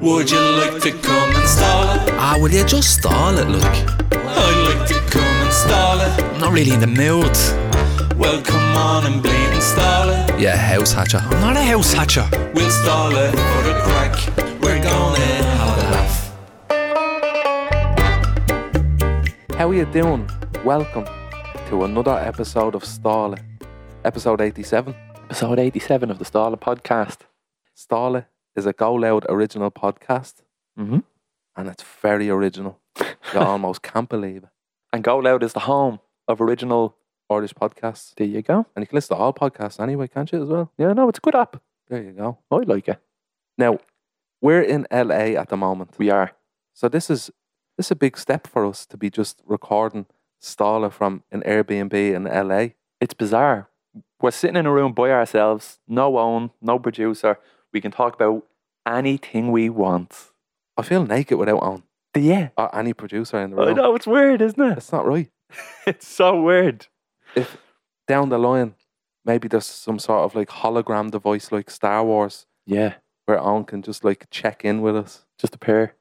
Would you like to come and stall it? Ah, will you just stall it, look? I'd like to come and stall it. I'm not really in the mood. Well, come on and bleed and stall it. Yeah, house hatcher. I'm not a house hatcher. We'll stall it for the crack. We're gonna have a laugh. How are you doing? Welcome to another episode of Starla, episode 87. Episode 87 of the Starla podcast. Starla is a Go Loud original podcast, Mhm. and it's very original. You almost can't believe it. And Go Loud is the home of original Irish podcasts, There you go. and you can listen to all podcasts anyway, can't you, as well? Yeah, no, it's a good app. There you go. I like it. Now, we're in LA at the moment. We are. So this is this is a big step for us to be just recording Stala from an Airbnb in LA. It's bizarre. We're sitting in a room by ourselves, no one, no producer. We can talk about anything we want. I feel naked without on Yeah. or any producer in the I room. know, it's weird, isn't it? That's not right. It's so weird. If down the line, maybe there's some sort of like hologram device like Star Wars Yeah. where on can just like check in with us. Just a pair.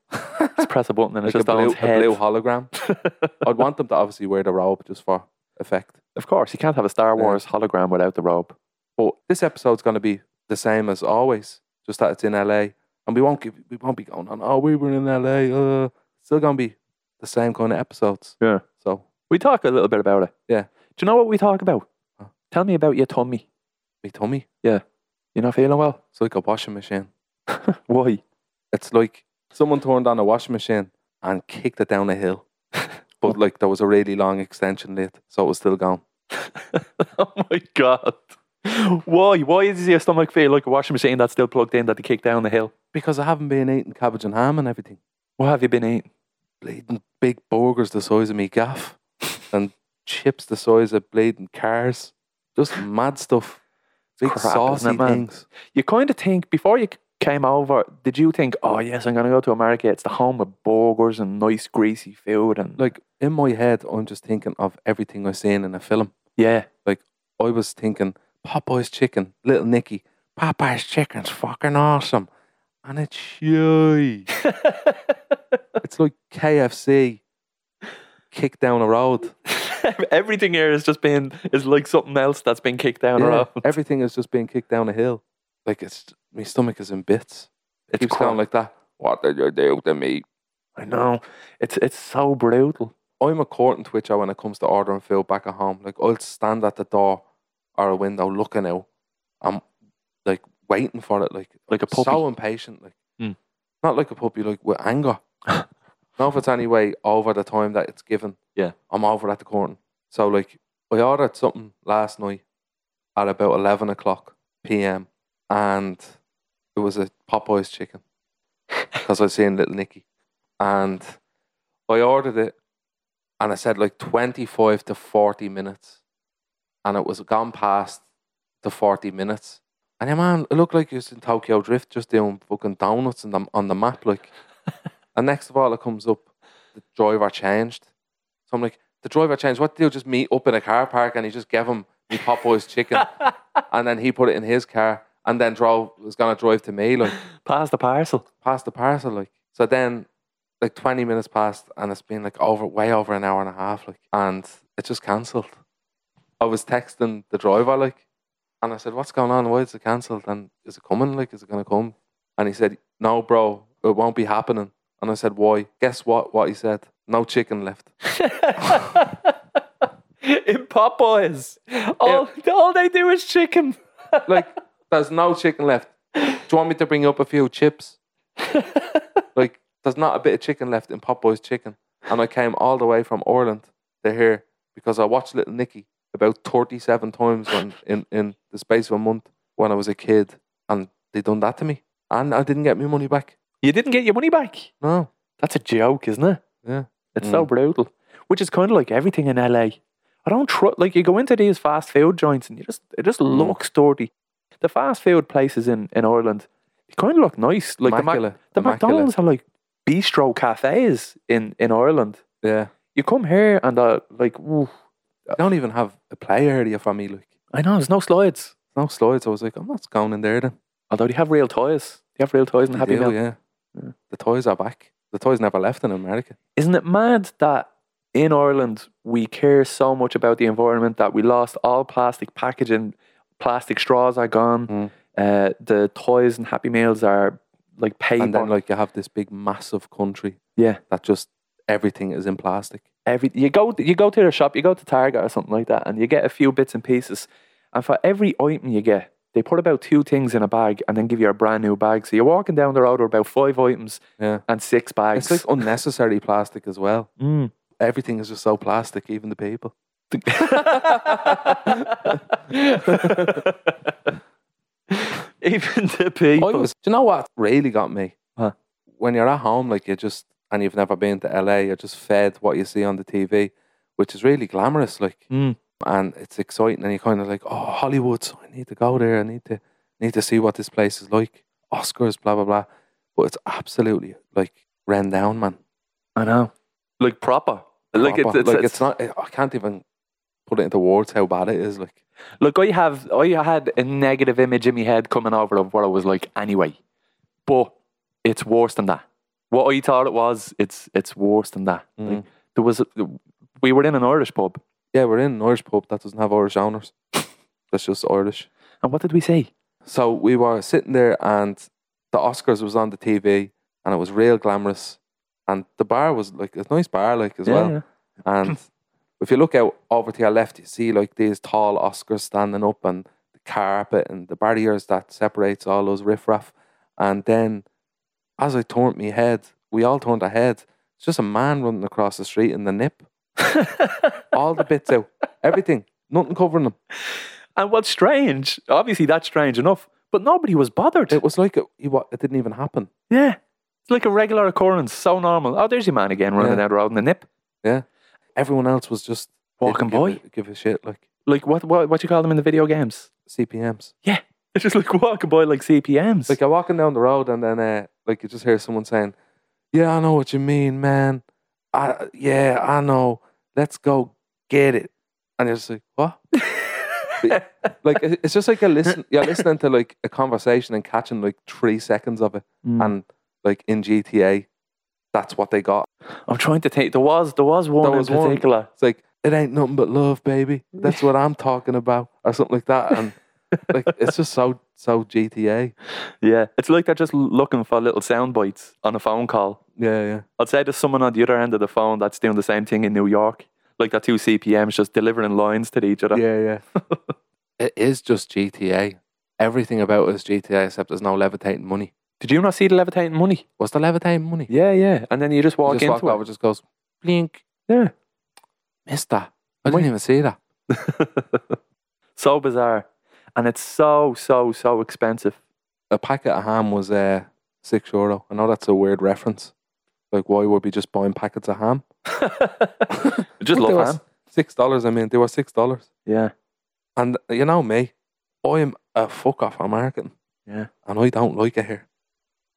just press a button and Like it's a just on blue, his a blue head. hologram. I'd want them to obviously wear the robe just for effect. of course, you can't have a Star Wars hologram without the robe. But this episode's going to be the same as always, just that it's in LA, and we won't give, we won't be going on. Oh, we were in LA. Uh, it's still going to be the same kind of episodes. Yeah. So We talk a little bit about it. Yeah. Do you know what we talk about? Huh? Tell me about your tummy. me tummy, You're not feeling well? it's like a washing machine. Why? It's like someone turned on a washing machine and kicked it down a hill, but like there was a really long extension lead, so it was still going. oh my god. Why? Why is your stomach feel like a washing machine that's still plugged in that they kick down the hill? Because I haven't been eating cabbage and ham and everything. What have you been eating? Bleeding big burgers the size of me gaff, and chips the size of bleeding cars. Just mad stuff. Big crap, saucy isn't it, man? things. You kind of think before you c- came over, did you think, oh yes, I'm gonna go to America? It's the home of burgers and nice greasy food and Like in my head, I'm just thinking of everything I've seen in a film. yeah, I was thinking Popeye's chicken, Little Nicky. Popeye's chicken's fucking awesome, and it's huge. it's like KFC kicked down a road. everything here is just been is like something else that's been kicked down Yeah, around. everything is just being kicked down a hill. Like it's my stomach is in bits. It It's keeps going cr- like that. What did you do to me? I know. It's it's so brutal. I'm a curtain twitcher when it comes to ordering food back at home. Like I'll stand at the door or a window looking out. I'm like waiting for it. Like Like a I'm puppy. So impatient. Like Mm. not like a puppy. Like with anger. not if it's any way over the time that it's given. Yeah. I'm over at the curtain. So like I ordered something last night at about eleven o'clock p.m. and it was a Popeye's chicken because I seen Little Nicky and I ordered it and I said like 25 to 40 minutes. And it was gone past the 40 minutes. And yeah, man, it looked like you was in Tokyo Drift just doing fucking donuts on the, on the map. Like, and next of all, it comes up, the driver changed. So I'm like, the driver changed. What did you just meet up in a car park? And he just gave him me Popeye's chicken. and then he put it in his car and then drove, was going to drive to me. Like, Pass the parcel. past the parcel, like. So then, like twenty minutes passed, and it's been like over, way over an hour and a half, like, and it just cancelled. I was texting the driver, like, and I said, "What's going on? Why is it cancelled? And is it coming? Like, is it gonna come?" And he said, "No, bro, it won't be happening." And I said, "Why? Guess what? What he said? No chicken left." In Popeyes, all all they do is chicken. like, there's no chicken left. Do you want me to bring up a few chips? like, there's not a bit of chicken left in Popeye's chicken. And I came all the way from Ireland to here because I watched Little Nicky about 37 times when, in, in the space of a month when I was a kid. And they done that to me. And I didn't get my money back. You didn't get your money back. No. That's a joke, isn't it? Yeah. Mm. It's so brutal. Which is kind of like everything in LA. I don't trust. Like you go into these fast food joints and you just it just Mm. looks dirty. The fast food places in in Ireland, they kind of look nice. Like Immaculate. the, Mac- the Immaculate. McDonald's are like bistro cafes in in Ireland. Yeah. You come here and uh, like, ooh, They don't even have a play area for me. Like, I know there's no slides. no slides. I was like, I'm not going in there then. Although they have real toys. They have real toys and They Happy do, Meal. yeah. Yeah. The toys are back. The toys never left in America. Isn't it mad that in Ireland we care so much about the environment that we lost all plastic packaging, plastic straws are gone, Mm. uh, the toys and Happy Meals are like paper. And then like you have this big massive country yeah, that just everything is in plastic. every you go you go to the shop, you go to Target or something like that, and you get a few bits and pieces. And for every item you get, they put about two things in a bag and then give you a brand new bag. So you're walking down the road with about five items Yeah. and six bags. It's like unnecessary plastic as well. Mm. Everything is just so plastic, even the people. Even the people. I was, do you know what really got me? Huh. When you're at home, like you just, and you've never been to LA, you're just fed what you see on the TV, which is really glamorous, like, Mm. and it's exciting. And you're kind of like, oh, Hollywood, so I need to go there. I need to, need to see what this place is like. Oscars, blah blah blah. But it's absolutely like ran down, man. I know. Like proper. Like it's, Proper. it's, like it's, it's not. eh, I can't even put it into words how bad it is. Like, Look, I have I had a negative image in my head coming over of what I was like anyway. But it's worse than that. What I thought it was, it's it's worse than that. Mm. Like, there was a, we were in an Irish pub, yeah, we're in an Irish pub that doesn't have Irish owners. That's just Irish. and what did we say? So we were sitting there, and the Oscars was on the TV, and it was real glamorous. And the bar was like a nice bar, like as well. And if you look out over to your left, you see like these tall Oscars standing up, and the carpet and the barriers that separates all those riffraff. And then, as I turned my head, we all turned our head. It's just a man running across the street in the nip, all the bits out, everything, nothing covering him. And what's strange, obviously that's strange enough, but nobody was bothered. It was like it, it wa- it didn't even happen. Yeah. It's like a regular occurrence, so normal. Oh, there's your man again running Yeah. down the road in the nip. Yeah. Everyone else was just Walking didn't by. Give a, give a shit like Like what what what you call them in the video games? CPMs. Yeah. It's just like walking by like CPMs. Like you're walking down the road and then uh, like you just hear someone saying, "Yeah, I know what you mean, man. I yeah, I know. Let's go get it." And you're just like, "What?" like it- it's just like you're listen. You're listening to like a conversation and catching like three seconds of it. Mm. And like in GTA, that's what they got. I'm trying to think there was there was one There was in one. particular. It's like it ain't nothing but love, baby. That's what I'm talking about, or something like that. And like it's just so so GTA. Yeah. It's like they're just l- looking for little sound bites on a phone call. Yeah, yeah. I'd say there's someone on the other end of the phone that's doing the same thing in New York. Like the two CPMs just delivering lines to each other. Yeah, yeah. it is just GTA. Everything about it is GTA except there's no levitating money. Did you not see the levitating money? What's the levitating money? You Yeah, yeah. And then you just walk just into walk over, it. just goes blink. Yeah. Missed that. I didn't even see that. So bizarre. And it's so, so, so expensive. A packet of ham was uh, six euro. I know that's a weird reference. Like, why would we just buying packets of ham? Just But they love were ham. Six dollars. I mean, they were six dollars. Yeah. And you know me, I am a fuck off on marketing. Yeah. And I don't like it here.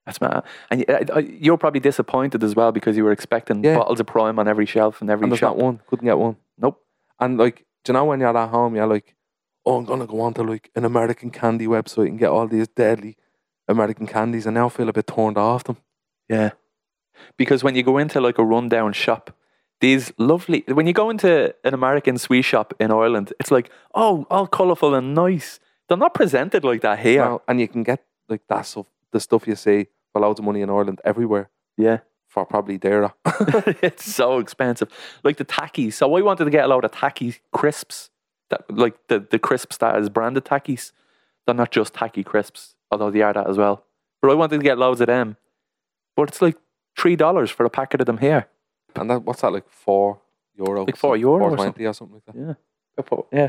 That's mad. And y- I- I- you're probably disappointed as well because you were expecting Yeah. bottles of Prime on every shelf and every And there's shop. not one. Couldn't get one. Nope. And like, do you know when you're at home, you're like, oh, I'm gonna go onto like an American candy website and get all these deadly American candies, and now I feel a bit turned off them. Yeah. Because when you go into like a rundown shop, these lovely, when you go into an American sweet shop in Ireland, it's like, oh, all colourful and nice. They're not presented like that here. Now- and you can get like that stuff, the stuff you see for loads of money in Ireland everywhere Yeah. for probably there. it's so expensive. Like the tackies. So I wanted to get a load of tacky crisps. That, like the, the crisps that is branded tackies. They're not just tacky crisps, although they are that as well. But I wanted to get loads of them. But it's like three dollars for a packet of them here. and that, what's that like four euro? Like four euro four or twenty or something like that. Yeah.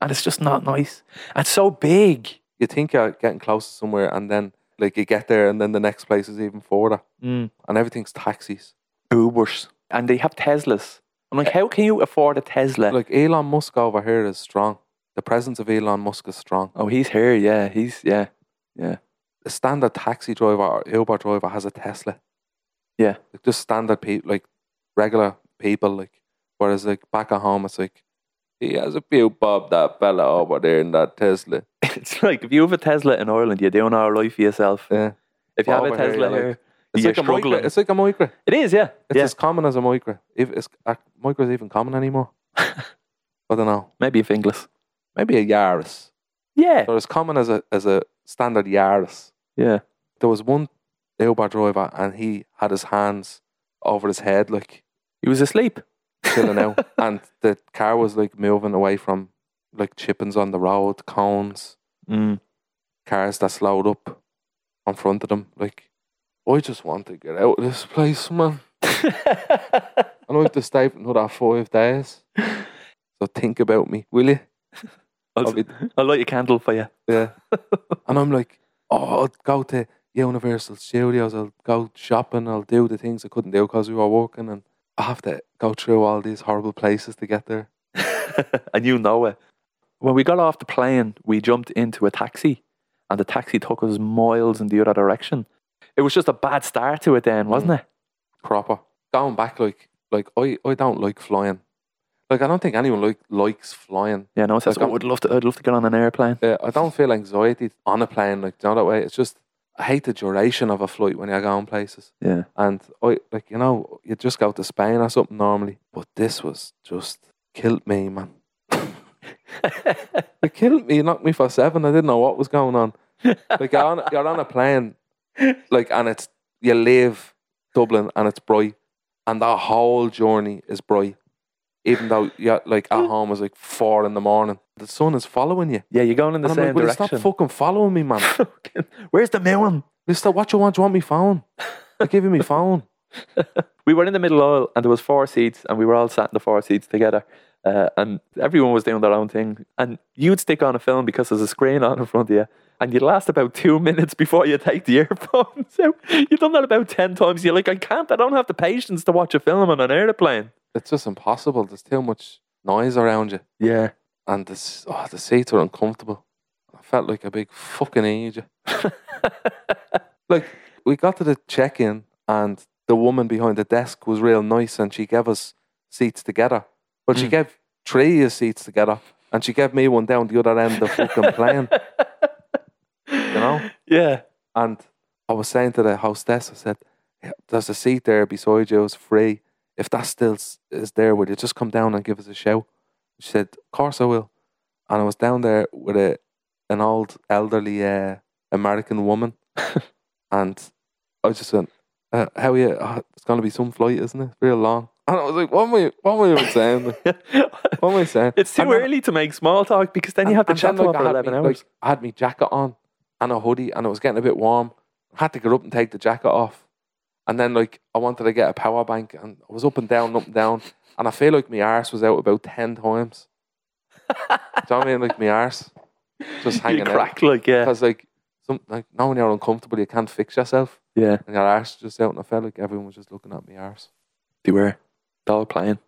And it's just not nice. And it's so big. You think you're getting close to somewhere, and then like you get there, and then the next place is even further, Mm. and everything's taxis. Ubers. And they have Teslas. I'm like, how can you afford a Tesla? Like Elon Musk over here is strong. The presence of Elon Musk is strong. oh, he's here, yeah. He's yeah. a standard taxi driver or Uber driver has a Tesla. Yeah. Like just standard people, like regular people, like whereas like back at home, it's like he has a few bob that fella over there in that Tesla. it's like if you have a Tesla in Ireland, you're doing all right for yourself. Yeah. If you have a Over here, Tesla you're here, It's You're like a struggling. migra. It's like a migra. It is, yeah. It's yeah. as common as a migra. If it's a migra's even common anymore. I don't know. Maybe a fingless. Maybe a Yaris. Yeah. They're as common as a as a standard Yaris. Yeah. There was one Uber driver and he had his hands over his head like He was asleep. chilling out. And the car was like moving away from like chippings on the road, cones, Mm. cars that slowed up in front of them. Like, I just want to get out of this place, man. I know I have to stay for another five days. So think about me, will you? I'll I'll, be- I'll light a candle for you. Yeah. and I'm like, oh, I'll go to Universal Studios. I'll go shopping. I'll do the things I couldn't do because we were working. And I have to go through all these horrible places to get there. and you know it. When we got off the plane, we jumped into a taxi, and the taxi took us miles in the other direction. It was just a bad start to it, then, wasn't it? proper. Going back, like, like I, I don't like flying. Like, I don't think anyone like likes flying. Yeah, no, it says, Like, oh, I'd love to, I'd love to get on an airplane. Uh, I don't feel anxiety on a plane, like, you know that way. It's just, I hate the duration of a flight when you're going places. Yeah, And I, like, you know, you just go to Spain or something normally, but this was just killed me, man. it killed me, knocked me for seven. I didn't know what was going on. Like, you're on, you're on a plane, like, and it's, you leave Dublin and it's bright, and that whole journey is bright. Even though you're like at home was like four in the morning, the sun is following you. yeah, you're going in the And I'm same like, will you stop direction. fucking following me, man? Where's the moon? Mister, what you want? You want me phone? I give you me phone. we were in the middle aisle and there was four seats and we were all sat in the four seats together uh, and everyone was doing their own thing and you'd stick on a film because there's a screen on in front of you and you'd last about two minutes before you take the earphones out. You've done that about 10 times. You're like, I can't, I don't have the patience to watch a film on an airplane. It's just impossible. There's too much noise around you, Yeah. and this oh, the seats are uncomfortable. I felt like a big fucking idiot. like we got to the check-in, and the woman behind the desk was real nice, and she gave us seats together. Well, she gave three of seats together, and she gave me one down the other end of the fucking plane. You know. Yeah. And I was saying to the hostess, I said, "Yeah, "There's a seat there beside you. It's free. If that still s- is there, would you just come down and give us a shout?" She said, "Of course I will." And I was down there with a an old elderly uh, American woman, and I just went, uh, "How are you? Oh, it's gonna be some flight, isn't it? Real long." And I was like, "What am I? What am I even saying? Like, what am I saying?" it's too And then- early to make small talk because then you have to and then, chat to like, them I for had 11 me, hours. like, I had my jacket on and a hoodie, and it was getting a bit warm. I had to get up and take the jacket off, and then like I wanted to get a power bank, and I was up and down, up and down, and I feel like my arse was out about ten times. Do you know what I mean? Like my arse just you hanging out crack, like, yeah. because like some like now when you're uncomfortable, you can't fix yourself, Yeah. and your arse just out, and I felt like everyone was just looking at my arse. They were. They were playing.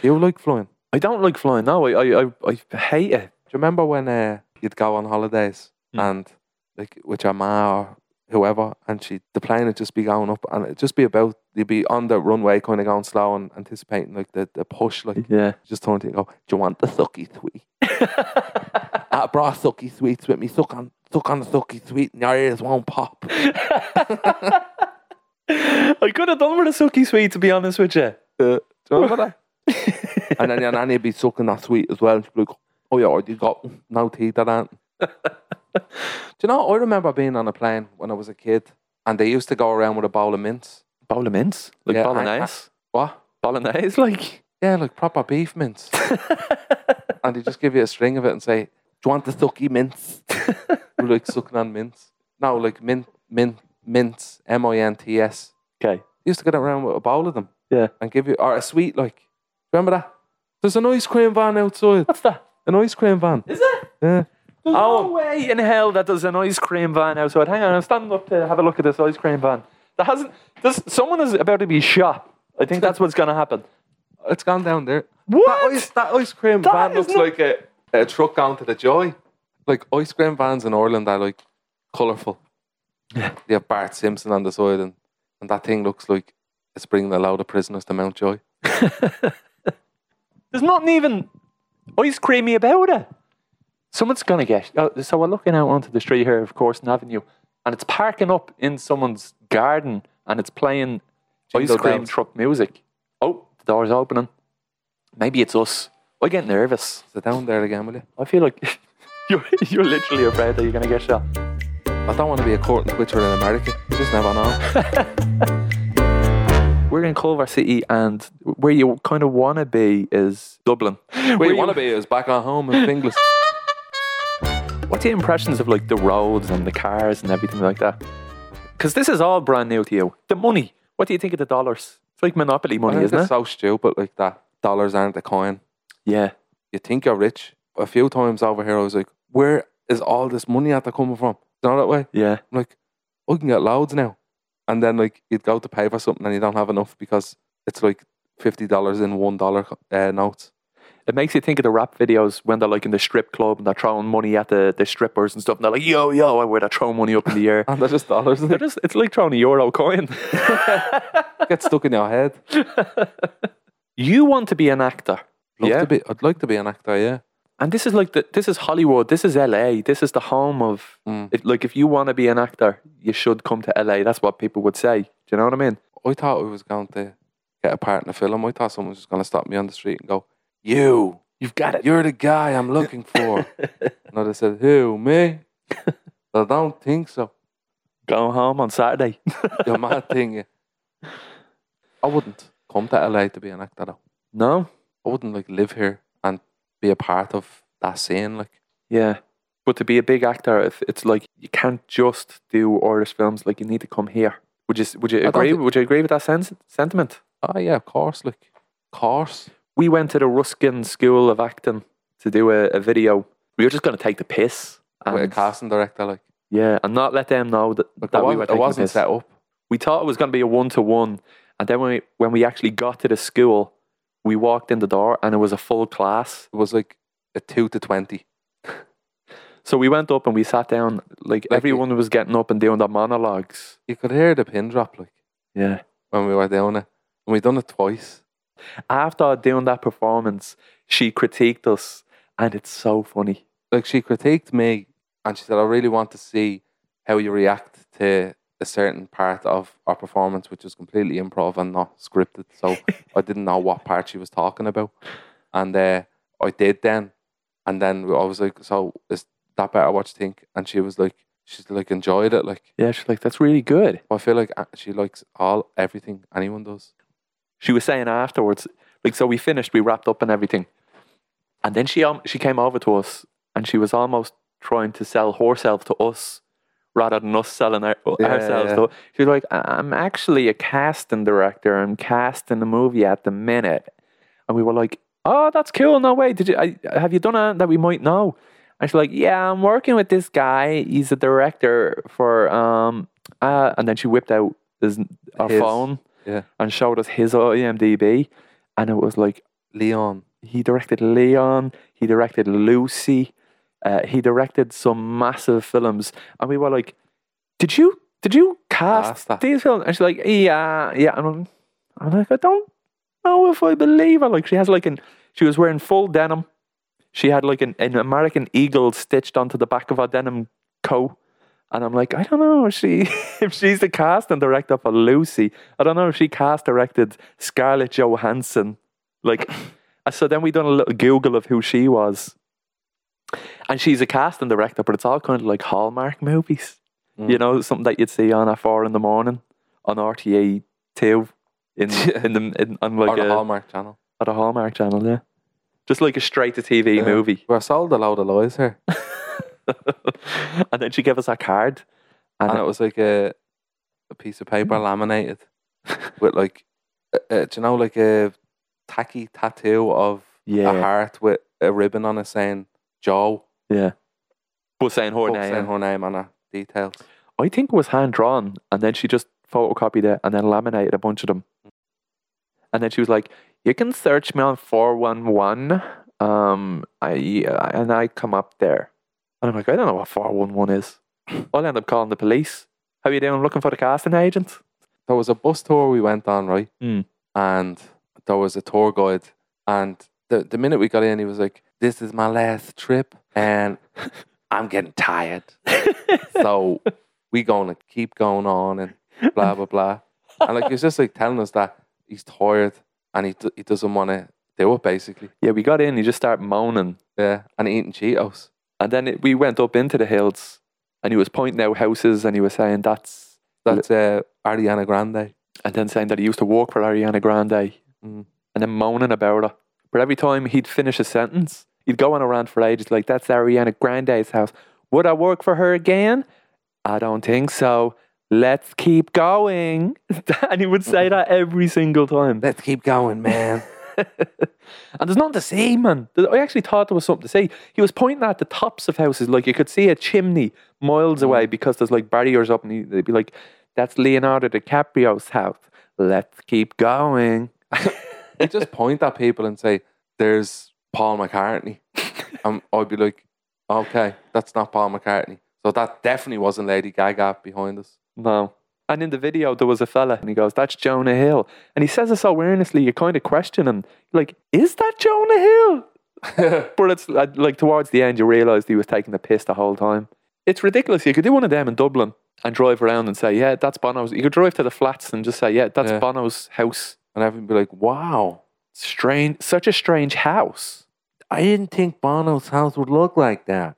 Do you like flying? I don't like flying. No, I, I, I, I hate it. Do you remember when uh, you'd go on holidays Mm. and like with your ma or whoever, and she the plane would just be going up and it'd just be about you'd be on the runway, kind of going slow and anticipating like the, the push, like Yeah. just turn to you and go, "Do you want the thucky sweet?" I brought thucky sweets with me. Suck on, suck on the thucky sweet, and your ears won't pop. I could have done with a sucky sweet, to be honest with you. Uh, do you remember that? and then your nanny'd be sucking that sweet as well. And she'd be like, "Oh yeah, I did got no teeth that ain't." Do you know? I remember being on a plane when I was a kid, and they used to go around with a bowl of mince. Bowl of mince, like Yeah, I- bolognese, What? bolognese, like Yeah, like proper beef mince. and they just give you a string of it and say, "Do you want the thucky mince?" You're like sucking on mince. No, like mint, mint, mince, M I N T S. okay, They used to get around with a bowl of them yeah. and give you or a sweet like. Remember that? There's an ice cream van outside. What's that? An ice cream van. Is it? Yeah. Oh no way in hell that there's an ice cream van outside. Hang on, I'm standing up to have a look at this ice cream van. That hasn't. This someone is about to be shot. I think that's what's going to happen. It's gone down there. That What? ice, that ice cream That van is looks not- like a, a truck going to the joy. Like ice cream vans in Ireland are like colourful. Yeah. They have Bart Simpson on the side and, and that thing looks like it's bringing a load of prisoners to Mountjoy. There's nothing even ice creamy about it. Someone's gonna get. oh, So we're looking out onto the street here, of course, in Avenue, and it's parking up in someone's garden, and it's playing Jingle ice cream bells. truck music. Oh, the door's opening. Maybe it's us. I get nervous. Sit down there again, will you? I feel like you're, you're literally afraid that you're going to get shot. I don't want to be a court twitcher in America. You just never know. We're in Culver City, and where you kind of want to be is Dublin. Where you want to be is back at home in Finglas. What's your impressions of like the roads and the cars and everything like that? Because this is all brand new to you. The money. What do you think of the dollars? It's like monopoly I money, think isn't it's it? so stupid like that. Dollars aren't a coin. yeah. You think you're rich. A few times over here, I was like, where is all this money after coming from? You know that way? Yeah. I'm like, oh, you can get loads now. And then like you'd go to pay for something and you don't have enough because it's like fifty dollars in one dollar uh, notes. It makes you think of the rap videos when they're like in the strip club and they're throwing money at the, the strippers and stuff. And they're like, yo, yo, where they're throwing money up in the air. And they're just dollars. They They're just, it's like throwing a euro coin. get stuck in your head. you want to be an actor. Love yeah. to be, I'd like to be an actor. Yeah. and this is like the, this is Hollywood. This is LA. This is the home of Mm. if, like if you want to be an actor, you should come to LA. That's what people would say. Do you know what I mean? I thought I was going to get a part in a film. I thought someone was just going to stop me on the street and go, "You, You've got it. you're the guy I'm looking for." and I just said, "Who me?" I don't think so. Go home on Saturday. You're mad thing. you. I wouldn't come to LA to be an actor though. no. I wouldn't like live here and be a part of that scene. Like, Yeah. But to be a big actor, if it's like you can't just do Irish films. Like you need to come here. Would you s- Would you don't agree? thi- Would you agree with that sense, sentiment? oh yeah, of course. Like, of course. We went to the Ruskin School of Acting to do a, a video. We were just going to take the piss. with a and- casting director, like, Yeah, and not let them know that, like that I we wasn't- were I taking the wasn't piss. set up. we thought it was going to be a one to one, and then when we, when we actually got to the school, we walked in the door and it was a full class. It was like a two to twenty. So we went up and we sat down. Like, Like everyone was getting up and doing their monologues. You could hear the pin drop, like, Yeah. when we were doing it, and we done it twice. After doing that performance, she critiqued us, and it's so funny. like she critiqued me and she said, I really want to see how you react to a certain part of our performance, which was completely improv and not scripted. So I didn't know what part she was talking about. And uh, I did then. And then I was like, So is that better? What do you think? And she was like, She's like, enjoyed it. Like, Yeah, she's like, that's really good. I feel like uh, she likes all, everything anyone does. She was saying afterwards, like, so we finished, we wrapped up and everything, and then she um, she came over to us and she was almost trying to sell herself to us rather than us selling our, Yeah, ourselves. yeah. To, she was like, "I- "I'm actually a casting director. I'm casting the movie at the minute," and we were like, "Oh, that's cool. No way. Did you I, have you done anything that we might know?" And she's like, "Yeah, I'm working with this guy. He's a director for um." Uh, and then she whipped out his, her His. phone Yeah. and showed us his E IMDb, and it was like Leon. he directed Leon, he directed Lucy, uh, he directed some massive films, and we were like, "Did you did you Cast cast that. these films?" And she's like, "Yeah, yeah," and I'm, I'm like, "I don't know if I believe her." Like she has like an she was wearing full denim, she had like an, an American eagle stitched onto the back of her denim coat. And I'm like, I don't know if she if she's the cast and director for Lucy. I don't know if she cast directed Scarlett Johansson. Like, and so then we done a little Google of who she was, and she's a cast and director, but it's all kind of like Hallmark movies. Mm. You know, something that you'd see on at four in the morning on RTA two in in the in, on like uh, or the a, Hallmark channel. at a Hallmark channel, yeah, just like a straight to TV Yeah. movie. We're sold a load of lies here. and then she gave us a card, and, and it was like a, a piece of paper Mm. laminated with like, uh, uh, do you know, like a tacky tattoo of a Yeah. heart with a ribbon on it saying Joe, yeah, was saying her fuck, name. saying her name and her details. I think it was hand drawn, and then she just photocopied it and then laminated a bunch of them. And then she was like, "You can search me on four one one, um, I yeah, and I come up there." And I'm like, "I don't know what four one one is." I'll end up calling the police. How you doing? Looking for the casting agent? There was a bus tour we went on, right? Mm. And there was a tour guide, and the the minute we got in, he was like, "This is my last trip, and I'm getting tired, so we gonna keep going on and blah blah blah." and like he was just like telling us that he's tired and he d- he doesn't want to do it basically. Yeah, we got in, he just started moaning. Yeah, and eating Cheetos. And then it, we went up into the hills and he was pointing out houses and he was saying that's. That's uh, Ariana Grande. And then saying that he used to work for Ariana Grande Mm. and then moaning about her. But every time he'd finish a sentence, he'd go on around for ages like, that's Ariana Grande's house. Would I work for her again? I don't think so. Let's keep going. and he would say that every single time. Let's keep going, man. And there's nothing to see, man. Th- I actually thought there was something to see. He was pointing at the tops of houses, like you could see a chimney Mm. miles away because there's like barriers up, and he- they'd be like, "That's Leonardo DiCaprio's house. Let's keep going." he just point at people and say, "There's Paul McCartney," and I'd be like, "Okay, that's not Paul McCartney." So that definitely wasn't Lady Gaga behind us. No. And in the video, there was a fella, and he goes, "That's Jonah Hill," and he says it so earnestly, you kind of question him, like, "Is that Jonah Hill?" But it's like like, towards the end, you realised he was taking the piss the whole time. It's ridiculous. You could do one of them in Dublin and drive around and say, "Yeah, that's Bono's." You could drive to the flats and just say, "Yeah, that's Yeah. Bono's house." and everyone be like, "Wow, Strange, such a strange house, I didn't think Bono's house would look like that."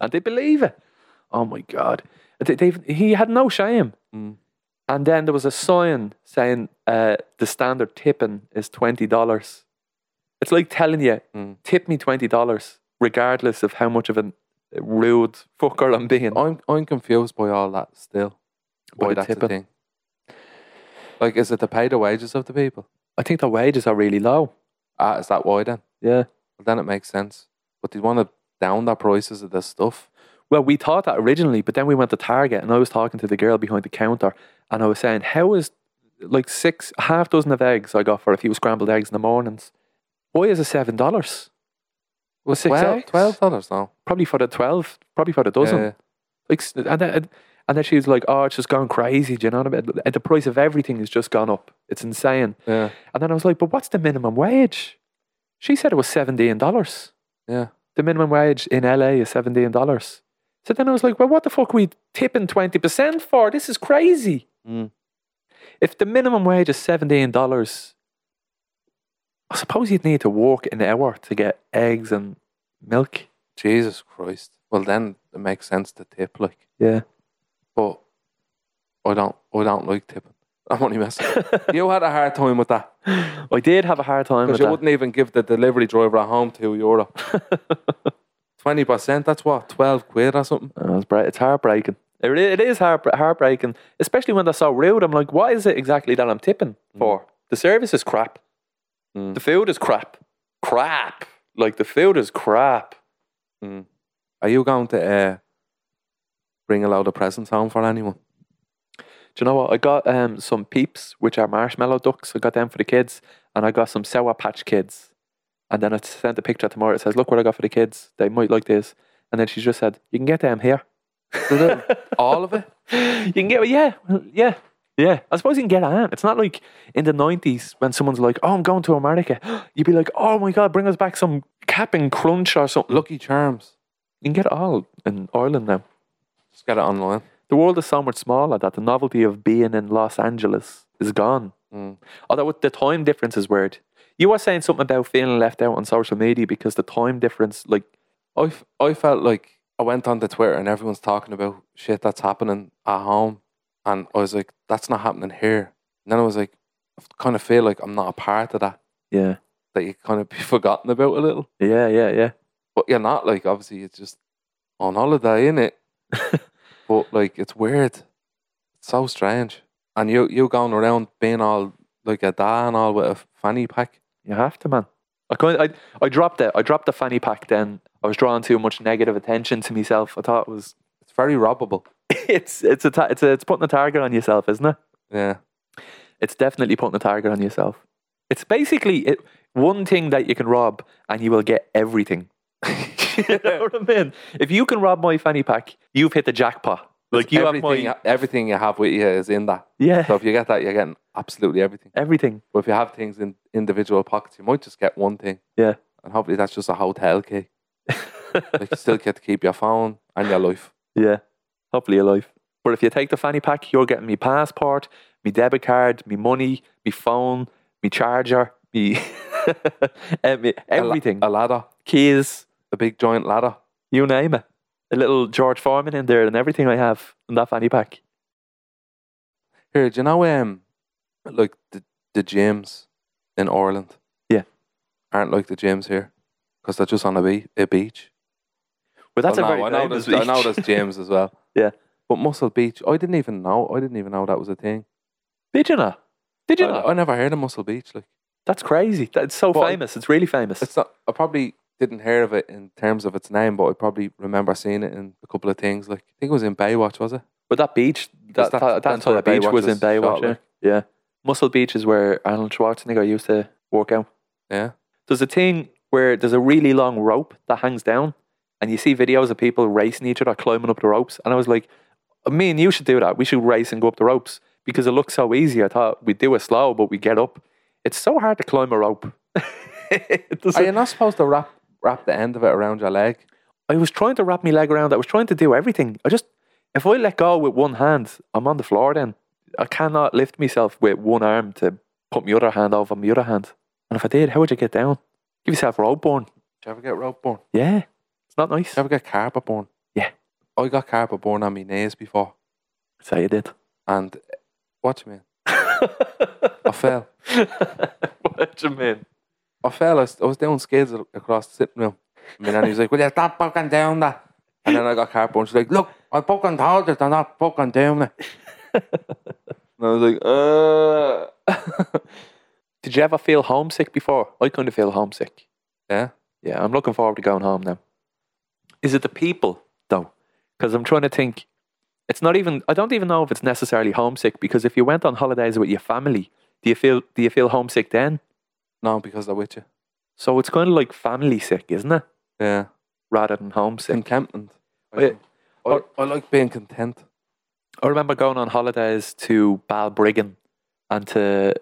and they believe it. Oh my god! They, they've- he had no shame. Mm. And then there was a sign saying uh, the standard tipping is twenty dollars. It's like telling you, Mm. tip me twenty dollars, regardless of how much of a rude fucker I'm being. I'm I'm confused by all that still. By Why the that's tipping. a thing. Like, is it to pay the wages of the people? I think the wages are really low. Ah, is that why then? Yeah. Well, then it makes sense. But they want to down the prices of this stuff. Well, we thought that originally, but then we went to Target and I was talking to the girl behind the counter and I was saying, How is like six, a half dozen of eggs I got for a few scrambled eggs in the mornings? Why is it seven dollars? Well, six eggs? twelve dollars now. Probably for the 12, probably for the dozen. Yeah. Like, s- and, then, and then she was like, Oh, it's just gone crazy. Do you know what I mean? The price of everything has just gone up. It's insane. yeah, And then I was like, But what's the minimum wage? She said it was $17. yeah. the minimum wage in LA is seventeen dollars. So then I was like, well, what the fuck are we tipping twenty percent for? This is crazy. Mm. If the minimum wage is seventeen dollars, I suppose you'd need to walk an hour to get eggs and milk. Jesus Christ. Well, then it makes sense to tip, like. Yeah. But I don't. I don't like tipping. I'm only messing. you had a hard time with that I did have a hard time with because you that. wouldn't even give the delivery driver at home two euro. Twenty percent. That's what twelve quid or something. Oh, it's, bra- it's heartbreaking. It, re- it is heart- heartbreaking, especially when they're so rude. I'm like, what is it exactly that I'm tipping for? The service is crap. Mm. The food is crap. Crap. Like, the food is crap. Mm. Are you going to uh, bring a load of presents home for anyone? Do you know what? I got um, some peeps, which are marshmallow ducks. I got them for the kids, and I got some Sour Patch Kids. And then I sent a picture to Maura. It says, "Look what I got for the kids. They might like this." And then she just said, "You can get them here. All of it. You can get yeah, well, yeah, yeah. I suppose you can get them. It's not like in the '90s when someone's like, "Oh, I'm going to America." You'd be like, "Oh my God, bring us back some Cap and Crunch or something." Look, Lucky Charms. you can get it all in Ireland now. Just get it online. The world is so much smaller that the novelty of being in Los Angeles is gone. Mm. Although with the time difference is weird. You were saying something about feeling left out on social media because the time difference, like, I, f- I felt like I went onto Twitter and everyone's talking about shit that's happening at home. And I was like, that's not happening here. And then I was like, I kind of feel like I'm not a part of that, yeah, that you kind of be forgotten about a little. yeah, yeah, yeah. But you're not, like, obviously, it's just on holiday, in it? but, like, it's weird. It's so strange. And you, you going around being all like a dad and all with a fanny pack. You have to, man. I kind, I, I dropped it. I dropped the fanny pack. Then I was drawing too much negative attention to myself. I thought it was, It's very robbable. it's, it's a, ta- it's a, it's putting a target on yourself, isn't it? Yeah. It's definitely putting a target on yourself. It's basically it, one thing that you can rob, and you will get everything. you know what I mean? If you can rob my fanny pack, you've hit the jackpot. Like you have everything, my, everything you have with you is in that. yeah. So if you get that, you're getting absolutely everything. Everything. But if you have things in individual pockets, you might just get one thing. Yeah. And hopefully that's just a hotel key. like you still get to keep your phone and your life. Yeah. Hopefully alive. But if you take the fanny pack, you're getting me passport, my debit card, my money, my phone, my charger, me, A la- everything, A ladder, keys, a big giant ladder. you name it. A little George Foreman in there and everything I have in that fanny pack. Here, do you know um like the the gyms in Ireland? Yeah. Aren't like the gyms here. Because they're just on a, be- a beach. But that's Well, a Oh, no, very I know famous there's, I know beach. there's gyms as well. Yeah. But Muscle Beach, I didn't even know. I didn't even know that was a thing. Did you not? Did you I, not? I never heard of Muscle Beach. Like That's crazy. That's so Well, famous. It's really famous. it's not. I probably didn't hear of it in terms of its name, but I probably remember seeing it in a couple of things. Like I think it was in Baywatch, was it? But that beach, that- that, that, that, that's entire where beach Baywatch was in was Baywatch. shot, Yeah. like. yeah. Muscle Beach is where Arnold Schwarzenegger used to work out. Yeah. There's a thing where there's a really long rope that hangs down, and you see videos of people racing each other, climbing up the ropes. And I was like, me and you should do that. We should race and go up the ropes because it looks so easy. I thought we'd do it slow, but we get up. It's so hard to climb a rope. It doesn't- Are you not supposed to wrap wrap the end of it around your leg? I was trying to wrap my leg around. I was trying to do everything. I just, if I let go with one hand, I'm on the floor then. I cannot lift myself with one arm to put my other hand over my other hand. And if I did, how would you get down? Give yourself road burn. Did you ever get rope burn? Yeah. It's not nice. Did you ever get carpet burn? Yeah. I got carpet burn on my knees before, Say you did. and watch me. I fell. what do you mean? I fell. I was, I was down skids a- across the sitting room. My nanny was like, Will you stop poking down that? And then I got carpet and she's like, Look, I fucking told you to not poking down it. and I was like, Uh. Did you ever feel homesick before? I kind of feel homesick. Yeah. Yeah, I'm looking forward to going home now. Is it the people though? Because I'm trying to think. It's not even. I don't even know if it's necessarily homesick. Because if you went on holidays with your family, do you feel do you feel homesick then? No, because uh, they're with you. So it's kind of like family sick, isn't it? Yeah. Oh, Rather than homesick. Contentment. I, Yeah. I, I like being content. I remember going on holidays to Balbriggan and to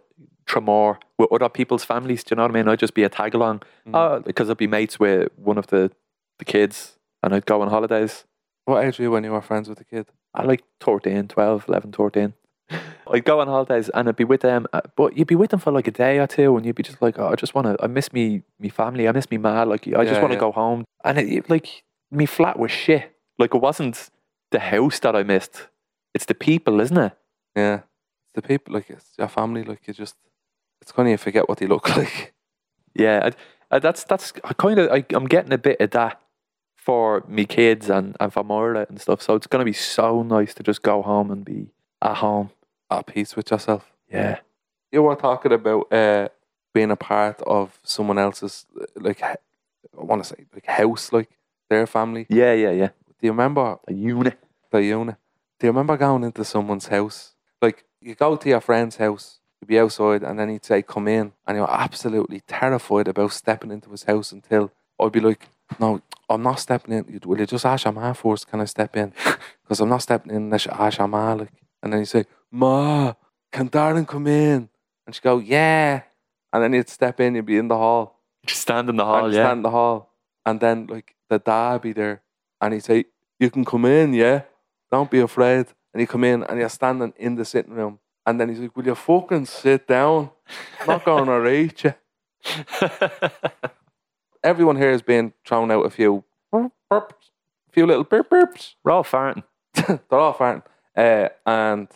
Tremor with other people's families. Do you know what I mean? I'd just be a tag along Mm. uh, because I'd be mates with one of the the kids, and I'd go on holidays. What age were you when you were friends with the kid? I like 13, 12, 11, 13. I'd go on holidays and I'd be with them, uh, but you'd be with them for like a day or two, and you'd be just like, oh, I just want to, I miss me, me family, I miss me ma, like, I just Yeah, want to yeah. go home. And it, it- like, me flat was shit. Like, it wasn't the house that I missed, it's the people, isn't it? Yeah. It's the people, like, it's your family, like, you just, it's funny you forget what they look like. Yeah, I, I, that's, that's, I kind of, I'm getting a bit of that for me kids and, and for Moira and stuff. So it's going to be so nice to just go home and be at home. At peace with yourself. Yeah. you were talking about uh, being a part of someone else's like h- I want to say like house, like their family. Yeah, yeah, yeah. Do you remember A unit. the unit? Do you remember going into someone's house? Like you go to your friend's house, you'd be outside, and then he'd say, "Come in," and you're absolutely terrified about stepping into his house until I'd be like, "No." I'm not stepping in. Will you just ask your ma first? Can I step in? Because I'm not stepping in unless you ask your ma. Like, and then you say, "Ma, can Darren come in?" And she'd go, yeah. And then you'd step in, you'd be in the hall. Just stand in the and hall, you'd Oh, yeah. stand in the hall. And then, like, the dad be there. And he'd say, you can come in, yeah? Don't be afraid. And you come in, and you're standing in the sitting room. And then he's like, will you fucking sit down? I'm not going to reach you. Everyone here has been thrown out a few burp, burps, a few little burp, burps. We're all farting. They're all farting. Uh, and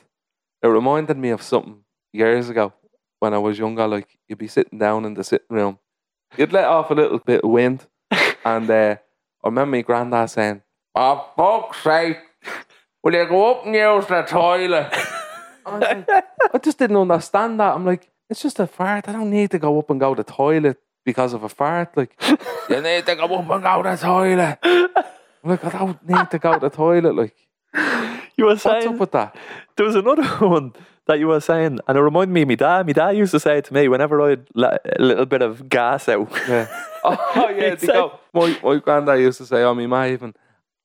it reminded me of something years ago when I was younger. Like you'd be sitting down in the sitting room, you'd let off a little bit of wind, and uh, I remember my granddad saying, "For fuck's sake, will you go up and use the toilet?" I, was like, I just didn't understand that. I'm like, it's just a fart. I don't need to go up and go to the toilet because of a fart. Like, you need to go up and go to the toilet. I'm like, I don't need to go to the toilet. Like, You were what's saying up with that? there was another one that you were saying, and it reminded me of my dad. My dad used to say it to me whenever I had let a little bit of gas out. Yeah. Oh yeah, It's they go. My my granddad used to say, "Oh, me ma even,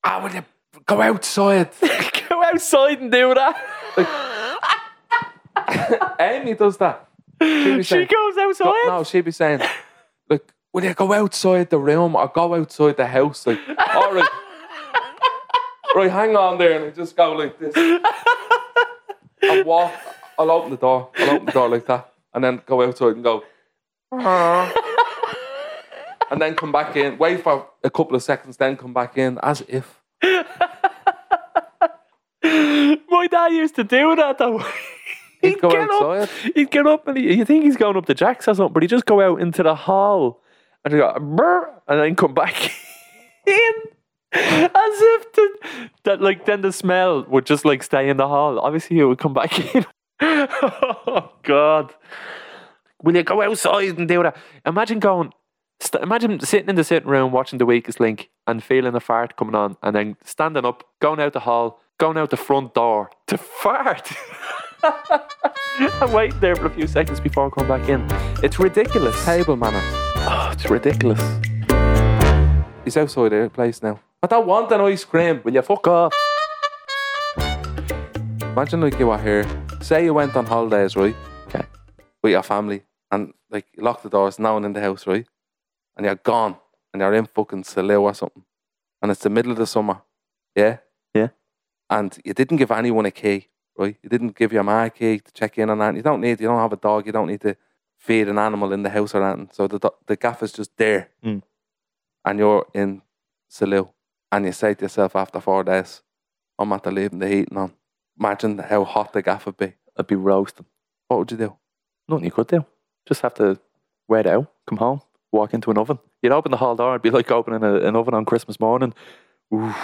ah, will you go outside?" Go outside and do that. Amy does that. She'd be She saying, goes outside. no, she'd be saying, "Look, will you go outside the room or go outside the house?" Like, all right, right, hang on there, and I just go like this. I walk. I'll open the door. I'll open the door like that, and then go outside and go, "Ah." and then come back in. Wait for a couple of seconds, then come back in as if. My dad used to do that though. He'd go get outside. Up, he'd get up and he, you think he's going up the jacks or something, but he'd just go out into the hall and he'd go, "Brr," and then come back in. As if the, that, like, then the smell would just like stay in the hall. Obviously, it would come back in. oh God! Will you go outside and do that? Imagine going. St- imagine sitting in the sitting room watching The Weakest Link and feeling a fart coming on, and then standing up, going out the hall, going out the front door to fart. and waiting there for a few seconds before coming back in. It's ridiculous. Table manners. Oh, it's ridiculous. He's outside the place now. I don't want an ice cream. Will you fuck off? Imagine like you were here. Say you went on holidays, right? Okay. With your family and like you lock the doors, no one in the house, right? And you're gone and you're in fucking Salou or something. And it's the middle of the summer. Yeah? Yeah. And you didn't give anyone a key, right? You didn't give your ma a key to check in on that. You don't need you don't have a dog, you don't need to feed an animal in the house or anything. So the do- the gaff is just there. Mm. And you're in Salou and you say to yourself after four days, I'm after leaving the heating on. Imagine how hot the gaff would be. I'd be roasting. What would you do? Nothing you could do. Just have to wear it out, come home, walk into an oven. You'd open the hall door, it'd be like opening a, an oven on Christmas morning.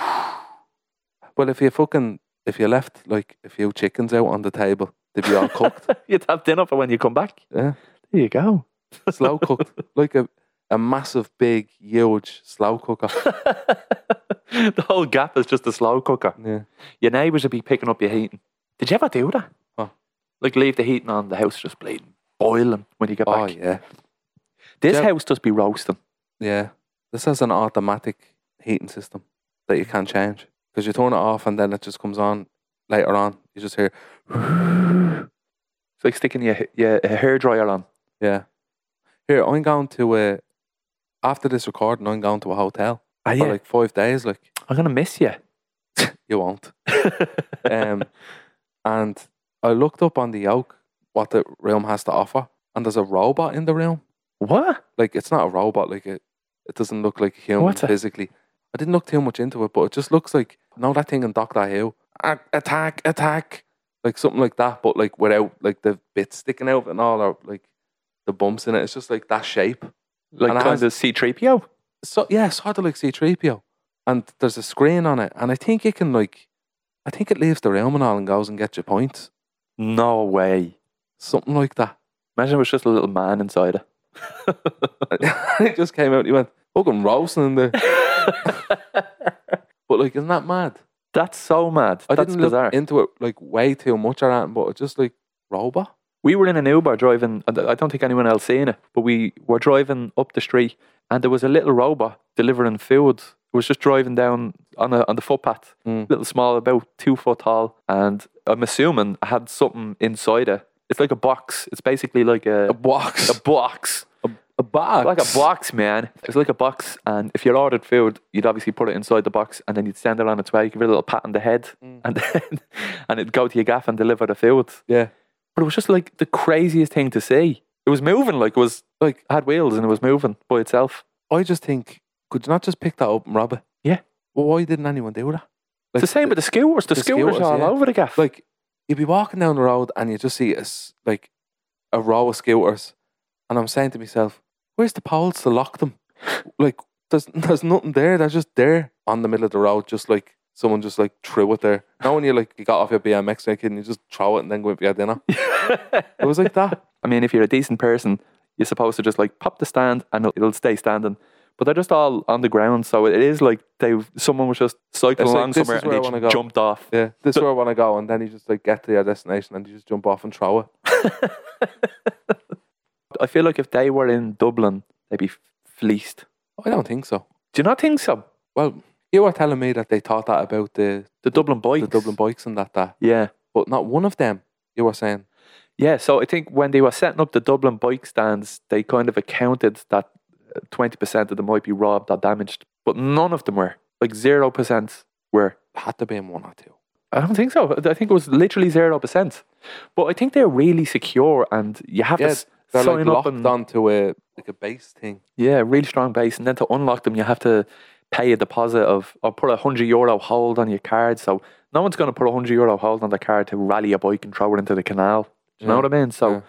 Well, if you fucking if you left like a few chickens out on the table, they'd be all cooked. You'd have dinner for when you come back. yeah, There you go. slow cooked, like a a massive, big, huge slow cooker. the whole gap is just a slow cooker. Yeah, Your neighbours would be picking up your heating. Did you ever do that? What? Like leave the heating on, the house just bleeding, boiling when you get oh back. yeah, This Yeah. house does be roasting. yeah. This has an automatic heating system that you can't change because you turn it off and then it just comes on later on. You just hear It's like sticking your your hairdryer on. yeah. Here, I'm going to uh, after this recording, I'm going to a hotel Ah, for like five days. Like I'm gonna miss you. you won't. um, and I looked up on the yoke what the room has to offer, and there's a robot in the room. What? Like it's not a robot, like it, it doesn't look like a human What the- physically. I didn't look too much into it, but it just looks like no that thing in Doctor Who. "A- Attack, attack, like something like that, but like without like the bits sticking out and all, or like the bumps in it. It's just like that shape. Like And it kind has- of C-3PO? So yeah, sort of like C-3PO, and there's a screen on it, and I think it can like, I think it leaves the room and all and goes and gets your points. No way. something like that. Imagine it was just a little man inside it. it just came out. and He went fucking roasting in there. but like, isn't that mad? That's so mad. I That's didn't look bizarre. into it like way too much or anything, but it's just like robot. we were in an Uber driving. and I don't think anyone else seen it, but we were driving up the street, and there was a little robot delivering food. It was just driving down on a, on the footpath, Mm. little small, about two foot tall, and I'm assuming it had something inside it. It's like a box. It's basically like A a box. a box. a box. Like a box, man. It was like a box, and if you ordered food, you'd obviously put it inside the box, and then you'd send it on its way. You give it a little pat on the head, Mm. and then and it'd go to your gaff and deliver the food. Yeah. But it was just like the craziest thing to see. It was moving, like it was Like had wheels and it was moving by itself. I just think, could you not just pick that up and rob it? Yeah. Well, why didn't anyone do that? Like, It's the same with the scooters. The, the scooters, scooters, all yeah. over the gaff. like you'd be walking down the road and you just see a, s- like a row of scooters and I'm saying to myself where's the poles to lock them like there's, there's nothing there they're just there on the middle of the road just like someone just like threw it there now when you like you got off your BMX naked and you just throw it and then go out for your dinner it was like that I mean, if you're a decent person, you're supposed to just like pop the stand and it'll- it'll stay standing. But they're just all on the ground, so it is like they someone was just cycling It's like, along this somewhere is and where they I wanna just go. jumped off. yeah this is where I want to go and then you just like get to your destination and you just jump off and throw it I feel like if they were in Dublin, they'd be fleeced. I don't think so Do you not think so? well you were telling me that they thought that about the, The Dublin bikes. the Dublin bikes and that that Yeah. but not one of them you were saying Yeah, so I think when they were setting up the Dublin bike stands, they kind of accounted that uh, twenty percent of them might be robbed or damaged, but none of them were. Like zero percent were. had to be in one or two I don't think so. I think it was literally zero percent. But I think they're really secure, and you have to Yeah, s- they're sign like up locked and onto a like a base thing. yeah, really strong base. And then to unlock them, you have to pay a deposit of or put a hundred euro hold on your card. So no one's going to put a hundred euro hold on the card to rally a bike and throw it into the canal. Do you know Yeah, what I mean? So yeah.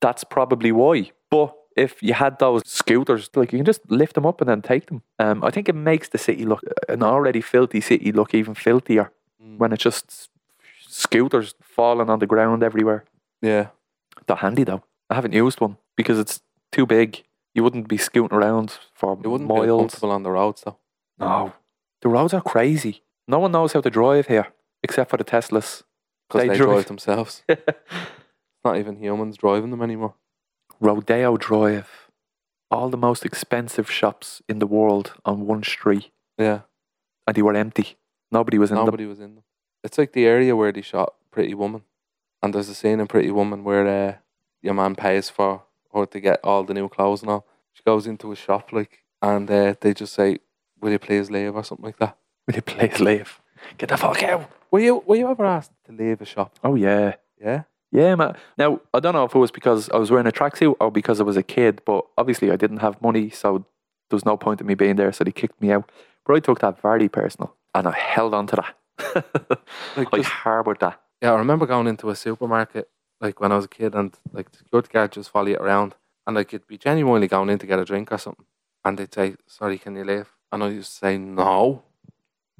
that's probably why. But if you had those scooters, like you can just lift them up and then take them. Um, I think it makes the city look an already filthy city look even filthier Mm. when it's just s- scooters falling on the ground everywhere. Yeah, They're handy though. I haven't used one because it's too big. You wouldn't be scooting around for it wouldn't be miles. comfortable on the roads though. No. The roads are crazy. No one knows how to drive here except for the Teslas. because They they, drive. drive. themselves. Not even humans driving them anymore. Rodeo Drive. All the most expensive shops in the world on one street. Yeah, And they were empty. Nobody was in them. nobody was in them. It's like the area where they shot Pretty Woman, and there's a scene in Pretty Woman where uh, your man pays for her to get all the new clothes and all. She goes into a shop like, and uh, they just say, "Will you please leave?" or something like that. Will you please leave? Get the fuck out. Were you were you ever asked to leave a shop? Oh, yeah. Yeah, Yeah, man. Now, I don't know if it was because I was wearing a tracksuit or because I was a kid, but obviously I didn't have money, so there was no point in me being there, so they kicked me out. But I took that very personal and I held on to that. like I just- harboured that. Yeah, I remember going into a supermarket like when I was a kid, and like the security guard just follow you around, and like you'd be genuinely going in to get a drink or something, and they'd say, "Sorry, can you leave?" And I used to say, "No,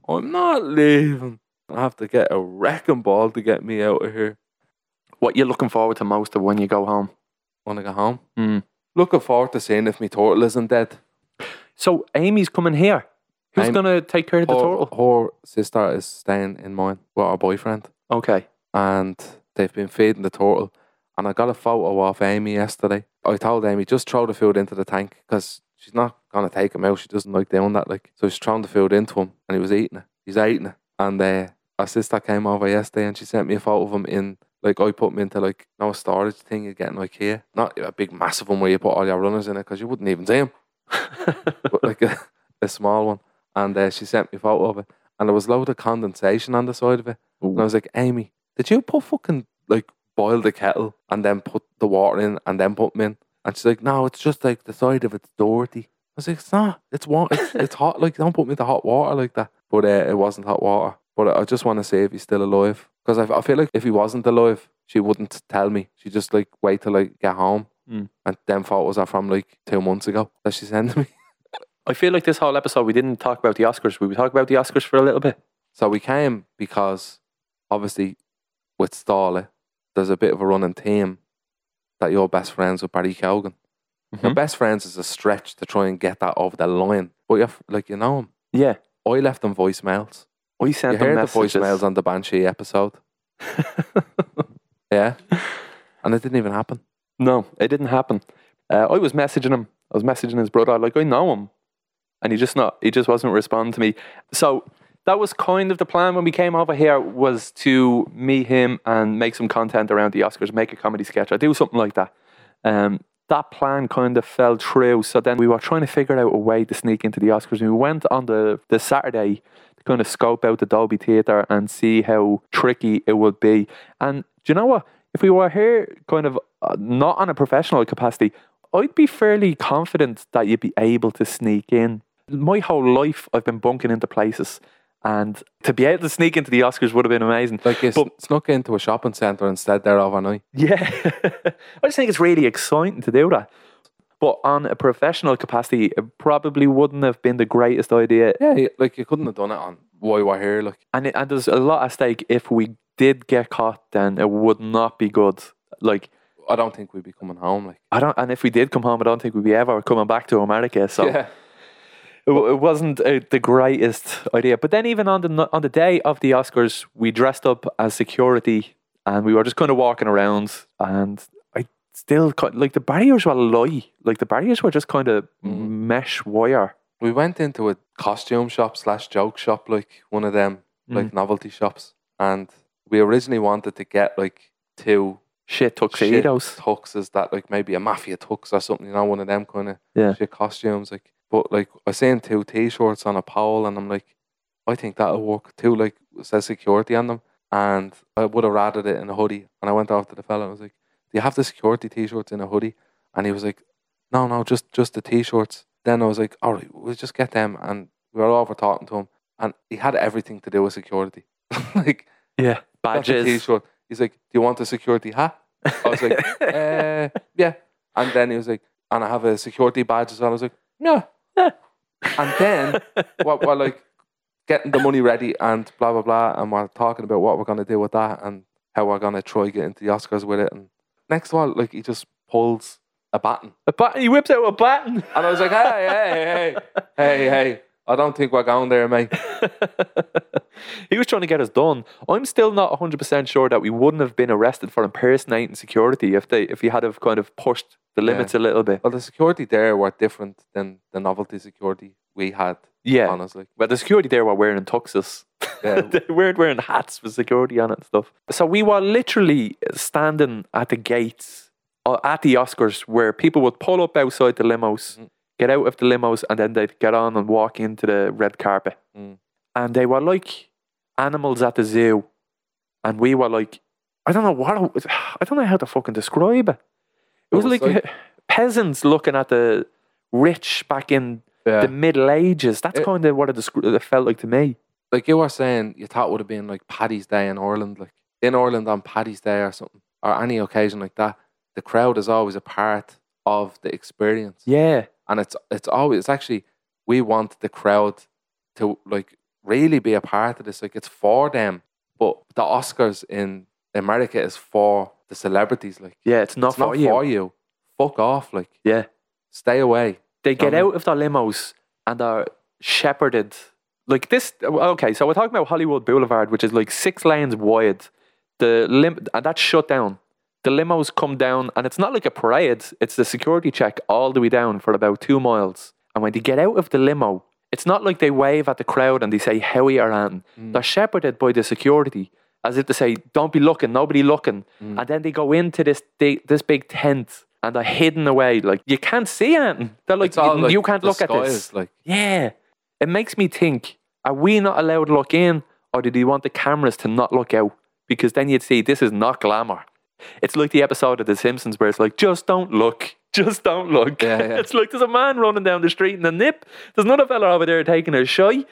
I'm not leaving. I have to get a wrecking ball to get me out of here What you're looking forward to most of when you go home. when I go home." Mm. Looking forward to seeing if my turtle isn't dead. So Amy's coming here. Who's Amy- going to take care of the her, turtle? her sister is staying in mine with her boyfriend. Okay. and they've been feeding the turtle. And I got a photo off Amy yesterday. I told Amy just throw the food into the tank because she's not gonna take him out. She doesn't like doing that. Like so, she's throwing the food into him, and he was eating it. He's eating it. And uh, our sister came over yesterday, and she sent me a photo of him in like I put him into like no storage thing you get in IKEA, not a big massive one where you put all your runners in it because you wouldn't even see him but like a, a small one. And uh, she sent me a photo of it, and there was load of condensation on the side of it. And I was like, Amy, did you put fucking like boil the kettle and then put the water in and then put them in? And she's like, No, it's just like the side of it's dirty. I was like, It's not. It's wa- It's, it's hot. Like don't put me into hot water like that. But uh, it wasn't hot water. But I just want to see if he's still alive because I, I feel like if he wasn't alive, she wouldn't tell me. She would just like wait till I get home. Mm. And them photos are from like two months ago that she sent me. I feel like this whole episode we didn't talk about the Oscars. We talk about the Oscars for a little bit. So we came because obviously with Starley, there's a bit of a running team that you're best friends with Barry Cogan. Now, Mhm. best friends is a stretch to try and get that over the line, but you're f- like you know him. Yeah. I left them voicemails. We You sent them heard the messages. voicemails on the Banshee episode, yeah, and it didn't even happen. No, it didn't happen. Uh, I was messaging him. I was messaging his brother. Like I know him, and he just not. He just wasn't responding to me. So that was kind of the plan when we came over here was to meet him and make some content around the Oscars, make a comedy sketch, or do something like that. Um, that plan kind of fell through. So then we were trying to figure out a way to sneak into the Oscars. And we went on the, the Saturday to kind of scope out the Dolby Theatre and see how tricky it would be. And do you know what? If we were here kind of uh, not on a professional capacity, I'd be fairly confident that you'd be able to sneak in. My whole life, I've been bunking into places. And to be able to sneak into the Oscars would have been amazing. Like you s- But- snuck into a shopping centre and stayed there overnight. Yeah. I just think it's really exciting to do that. But on a professional capacity, it probably wouldn't have been the greatest idea. Yeah, you- like you couldn't have done it on why we're here. Like And, it, and there's a lot at stake. If we did get caught, then it would not be good. Like, I don't think we'd be coming home. Like I don't, and if we did come home, I don't think we'd be ever coming back to America. So yeah, it, it wasn't uh, the greatest idea. But then, even on the no- on the day of the Oscars, we dressed up as security and we were just kind of walking around. And I still ca- like the barriers were low, like the barriers were just kind of mesh wire. we went into a costume shop slash joke shop, like one of them, like novelty shops, and we originally wanted to get like two Shit shit tuxedos. tuxes that like maybe a mafia tux or something, you know, one of them kind of Yeah. shit costumes, like. But like I seen two t-shirts on a pole, and I'm like, I think that'll work too. Like it says security on them, and I would have ratted it in a hoodie. And I went after the fella. and I was like, "Do you have the security t-shirts in a hoodie?" And he was like, "No, no, just just the t-shirts." Then I was like, "All right, we'll just get them." And we were over talking to him, and he had everything to do with security. like Yeah. that's a Badges. t-shirt. He's like, "Do you want a security hat?" I was like, uh, yeah. And then he was like, and I have a security badge as well. I was like, no. and then while, while like getting the money ready and blah blah blah, and we're talking about what we're gonna do with that and how we're gonna try get into the Oscars with it. And next one, like he just pulls a baton, A bat- he whips out a baton. and I was like, hey hey hey hey hey, I don't think we're going there, mate. he was trying to get us done. I'm still not 100% sure that we wouldn't have been arrested for impersonating security if they if he had have kind of pushed the limits a little bit. Well, the security there were different than the novelty security we had. Yeah. honestly, But the security there were wearing tuxes. yeah. they weren't wearing hats with security on it and stuff. So we were literally standing at the gates uh, at the Oscars where people would pull up outside the limos, get out of the limos, and then they'd get on and walk into the red carpet. Mm. And they were like animals at the zoo. And we were like, I don't know what, it was- I don't know how to fucking describe it. It was, was like, peasants looking at the rich back in yeah. the Middle Ages. That's It- kind of what it, descri- it felt like to me. like you were saying, you thought would have been like Paddy's Day in Ireland, like in Ireland on Paddy's Day or something, or any occasion like that. The crowd is always a part of the experience, Yeah. and it's it's always it's actually we want the crowd to like really be a part of this. Like it's for them, but the Oscars in America is for the celebrities. Like Yeah, it's not it's for not you. for you. Fuck off! Like Yeah. stay away. They get Don't know. out of their limos and are shepherded. Like this, okay, so we're talking about Hollywood Boulevard, which is like six lanes wide. The lim- and that's shut down. The limos come down, and it's not like a parade, it's the security check all the way down for about two miles. And when they get out of the limo, it's not like they wave at the crowd and they say, Howie or Ann. Mm. They're shepherded by the security as if to say, Don't be looking, nobody looking. Mm. And then they go into this they, this big tent and they're hidden away. Like, you can't see anything. They're like, It's all, you, you can't look at this. disguised, Like Yeah. It makes me think are we not allowed to look in, or do they want the cameras to not look out? Because then you'd see this is not glamour. It's like the episode of The Simpsons where it's like, just don't look. Just don't look. Yeah, yeah. it's like there's a man running down the street in a nip. There's another fella over there taking a shy.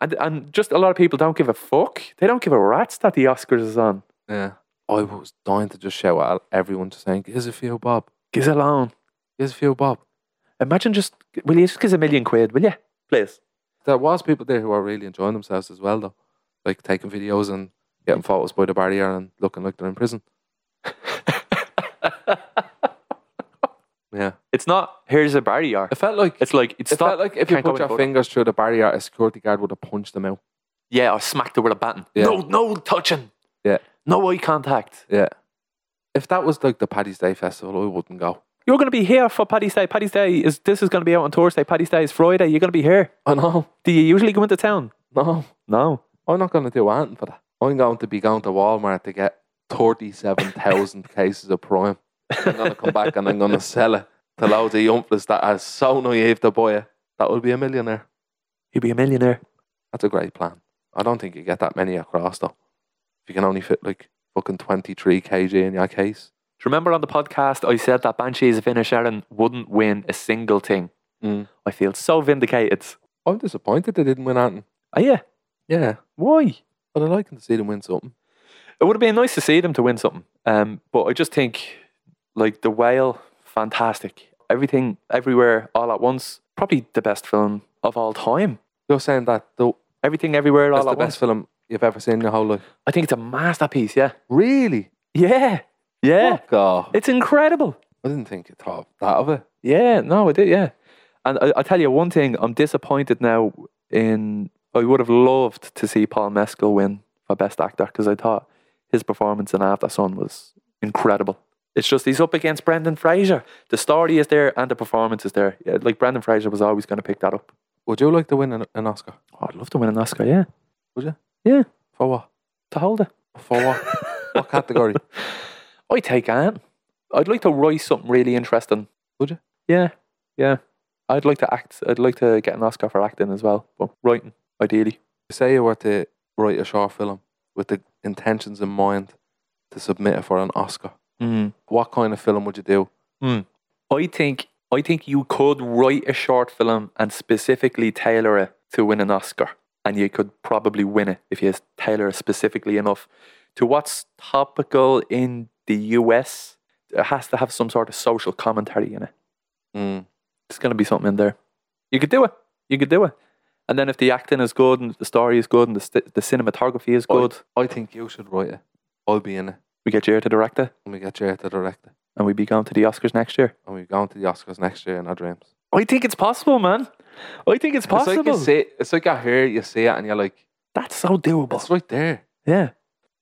And, and just a lot of people don't give a fuck. They don't give a rat's that the Oscars is on. yeah. I was dying to just shout at everyone, just saying, "Here's a few bob." Giz alone. Here's a few bob. Imagine just, will you just give us a million quid, will you? Please. There was people there who were really enjoying themselves as well, though, like taking videos and getting photos by the barrier and looking like they're in prison. yeah, It's not, here's a barrier. it felt like It's like, it's it not, felt like if you can't go put in your photo. fingers through the barrier, a security guard would have punched them out. Yeah, or smacked her with a baton. Yeah. No, no touching. Yeah. No eye contact. Yeah, if that was like the Paddy's Day festival, I wouldn't go. You're going to be here for Paddy's Day. Paddy's Day is this is going to be out on Thursday. Paddy's Day is Friday. You're going to be here. Oh no, Do you usually go into town? no, No. I'm not going to do anything for that. I'm going to be going to Walmart to get thirty-seven thousand cases of prime. I'm gonna come back and I'm gonna sell it to loads of youngsters that are so naive to buy it. That will be a millionaire. You'd be a millionaire. That's a great plan. I don't think you get that many across though. If you can only fit like fucking twenty three kg in your case. Do you remember on the podcast I said that Banshees of Inner Sharon wouldn't win a single thing? Mm. I feel so vindicated. I'm disappointed they didn't win anything. Oh, yeah. Yeah, Why? but I like to see them win something. It would have been nice to see them to win something. Um, but I just think, like, The Whale, fantastic. Everything, everywhere, all at once. Probably the best film of all time. You're saying that though Everything, everywhere, all that's the at once. best film you've ever seen in your whole life. I think it's a masterpiece. Yeah. Really? Yeah. Yeah. Fuck off. It's incredible. I didn't think you thought that of it. Yeah. No, I did. Yeah. And I, I tell you one thing, I'm disappointed now in. I would have loved to see Paul Mescal win for Best Actor because I thought his performance in After Sun was incredible. It's just he's up against Brendan Fraser. The story is there and the performance is there. Yeah, like Brendan Fraser was always going to pick that up. Would you like to win an, an Oscar? Oh, I'd love to win an Oscar. Yeah, Would you? Yeah. For what? to hold it. For what? what category? I take Ant. I'd like to write something really interesting. Would you? Yeah, yeah. I'd like to act. I'd like to get an Oscar for acting as well, but writing ideally. say you were to write a short film with the intentions in mind to submit it for an Oscar, Mm. what kind of film would you do? Hmm. I think I think you could write a short film and specifically tailor it to win an Oscar, and you could probably win it if you tailor it specifically enough to what's topical in the US. It has to have some sort of social commentary in it. Mm. There's going to be something in there. You could do it. You could do it. And then if the acting is good and the story is good and the, st- the cinematography is Oh, good, I think you should write it. I'll be in it. we get Jared to direct it And we get Jared to direct it. and we be going to the Oscars next year. And we're going to the Oscars next year in our dreams. I think it's possible, man. I think it's possible. It's like, you see, it's like I hear it, you see it, and you're like, That's so doable. it's right there. Yeah.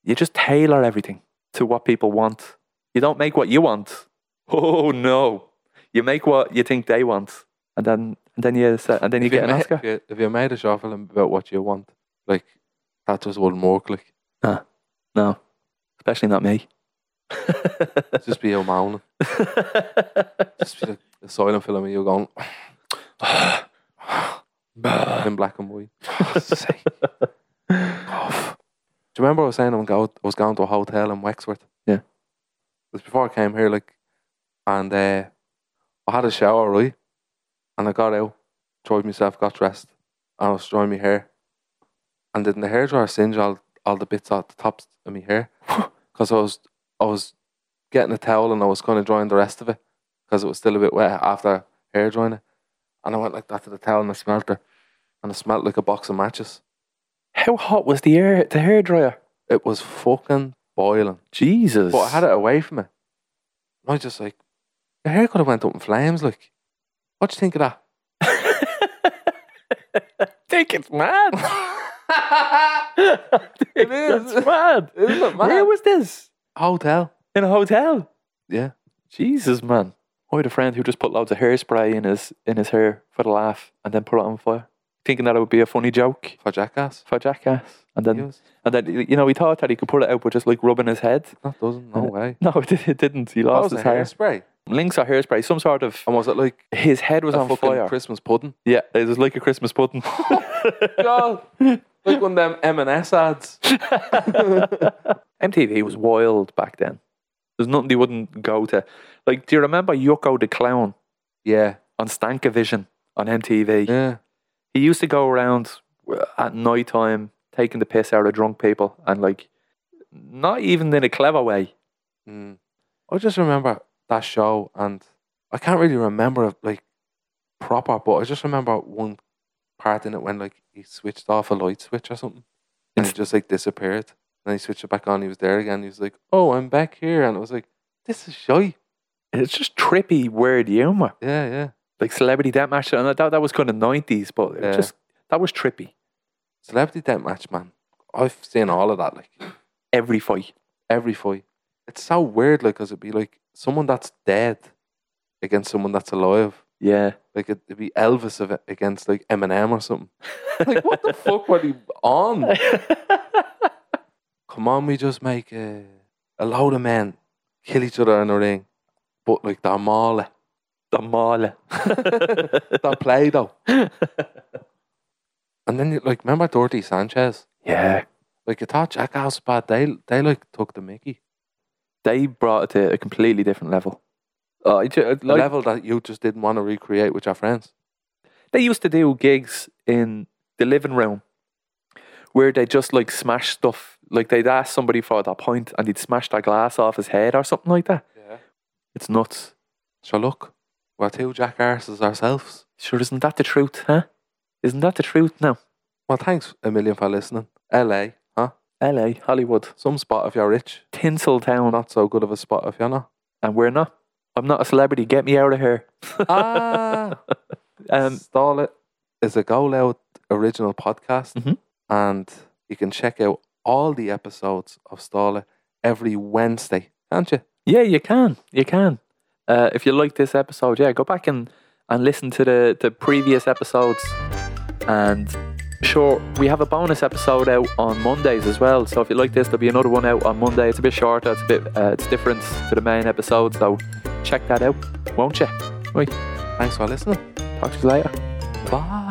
You just tailor everything to what people want. You don't make what you want. Oh no. You make what you think they want. And then and then you se- and then you If you get an made- Oscar. If you, if you made a short film about what you want, like, that just wouldn't work. Like, No. Especially not me. it'd just be you moaning. Just be like a silent film and you're going, in black and white. For sake. Off. Do you remember I was saying I'm go- I was going to a hotel in Wexford? Yeah. It was before I came here, like, and uh, I had a shower, right? And I got out, dried myself, got dressed, and I was drying my hair. And didn't the hairdryer singe all, all the bits at the tops of my hair? Because I was, I was getting a towel and I was kind of drying the rest of it because it was still a bit wet after hair drying it. And I went like that to the towel and I smelt her. And I smelt like a box of matches. How hot was the air the hairdryer? It was fucking boiling. Jesus. But I had it away from it. And I was just like, the hair could have went up in flames. Like, what do you think of that? think it's mad. it is. That's mad. Isn't it Where mad? was this? Hotel. In a hotel. Yeah. Jesus, man. I had a friend who just put loads of hairspray in his in his hair for the laugh and then put it on fire, thinking that it would be a funny joke For jackass. for jackass. And then, He was- and then you know, he thought that he could put it out by just like rubbing his head. That doesn't, no way. No, it, did- it didn't. He That lost was a his hair. hairspray. Links or hairspray, some sort of. And was it like His head was a on fucking fire. Christmas pudding? yeah, it was like a Christmas pudding. God, like one of them M&S ads. MTV was wild back then. There's nothing they wouldn't go to. Like, do you remember Yoko the Clown Yeah. on Stankovision on MTV? Yeah. he used to go around uh, at night time taking the piss out of drunk people and like not even in a clever way. Mm. I just remember that show, and I can't really remember it, like proper, but I just remember one part in it when like he switched off a light switch or something, and it just like disappeared. And he switched it back on. He was there again. He was like, "Oh, I'm back here," and I was like, "This is shy." It's just trippy, weird humor, Yeah, yeah. like celebrity deathmatch. And I thought that was kind of nineties, but it Yeah. just that was trippy. Celebrity deathmatch, man. I've seen all of that, like Every fight, every fight. It's so weird, like, cause it'd be like someone that's dead against someone that's alive. yeah. Like it'd it'd be Elvis of it against like Eminem or something. like what the fuck were he on? Come on, we just make a, a load of men kill each other in a ring, but like they're mauling, The mall. they're play though. and then you like remember Dorothy Sanchez? yeah, Like you thought Jackass was bad. They they like took the Mickey they brought it to a completely different level. Oh, I ju- the like- level that you just didn't want to recreate with your friends. they used to do gigs in the living room where they just like smash stuff. Like they'd ask somebody for that point and he'd smash their glass off his head or something like that. Yeah. It's nuts. So look, we're two jackasses ourselves. Sure, isn't that the truth, huh? Isn't that the truth now? Well, thanks a million for listening. L.A. Huh? LA, Hollywood, Some spot if you're rich. Tinseltown, not so good of a spot if you're not. and we're not. I'm not a celebrity. Get me out of here. Ah, Um, Stall It is a Go Loud original podcast, Mhm. and you can check out all the episodes of Stall It every Wednesday, can't you? yeah, you can. You can. Uh, if you like this episode, yeah, go back and, and listen to the, the previous episodes. And sure, we have a bonus episode out on Mondays as well. So if you like this, there'll be another one out on Monday. It's a bit shorter. It's a bit uh, it's different to the main episode. So check that out, won't you? Thanks for listening. Talk to you later. Bye.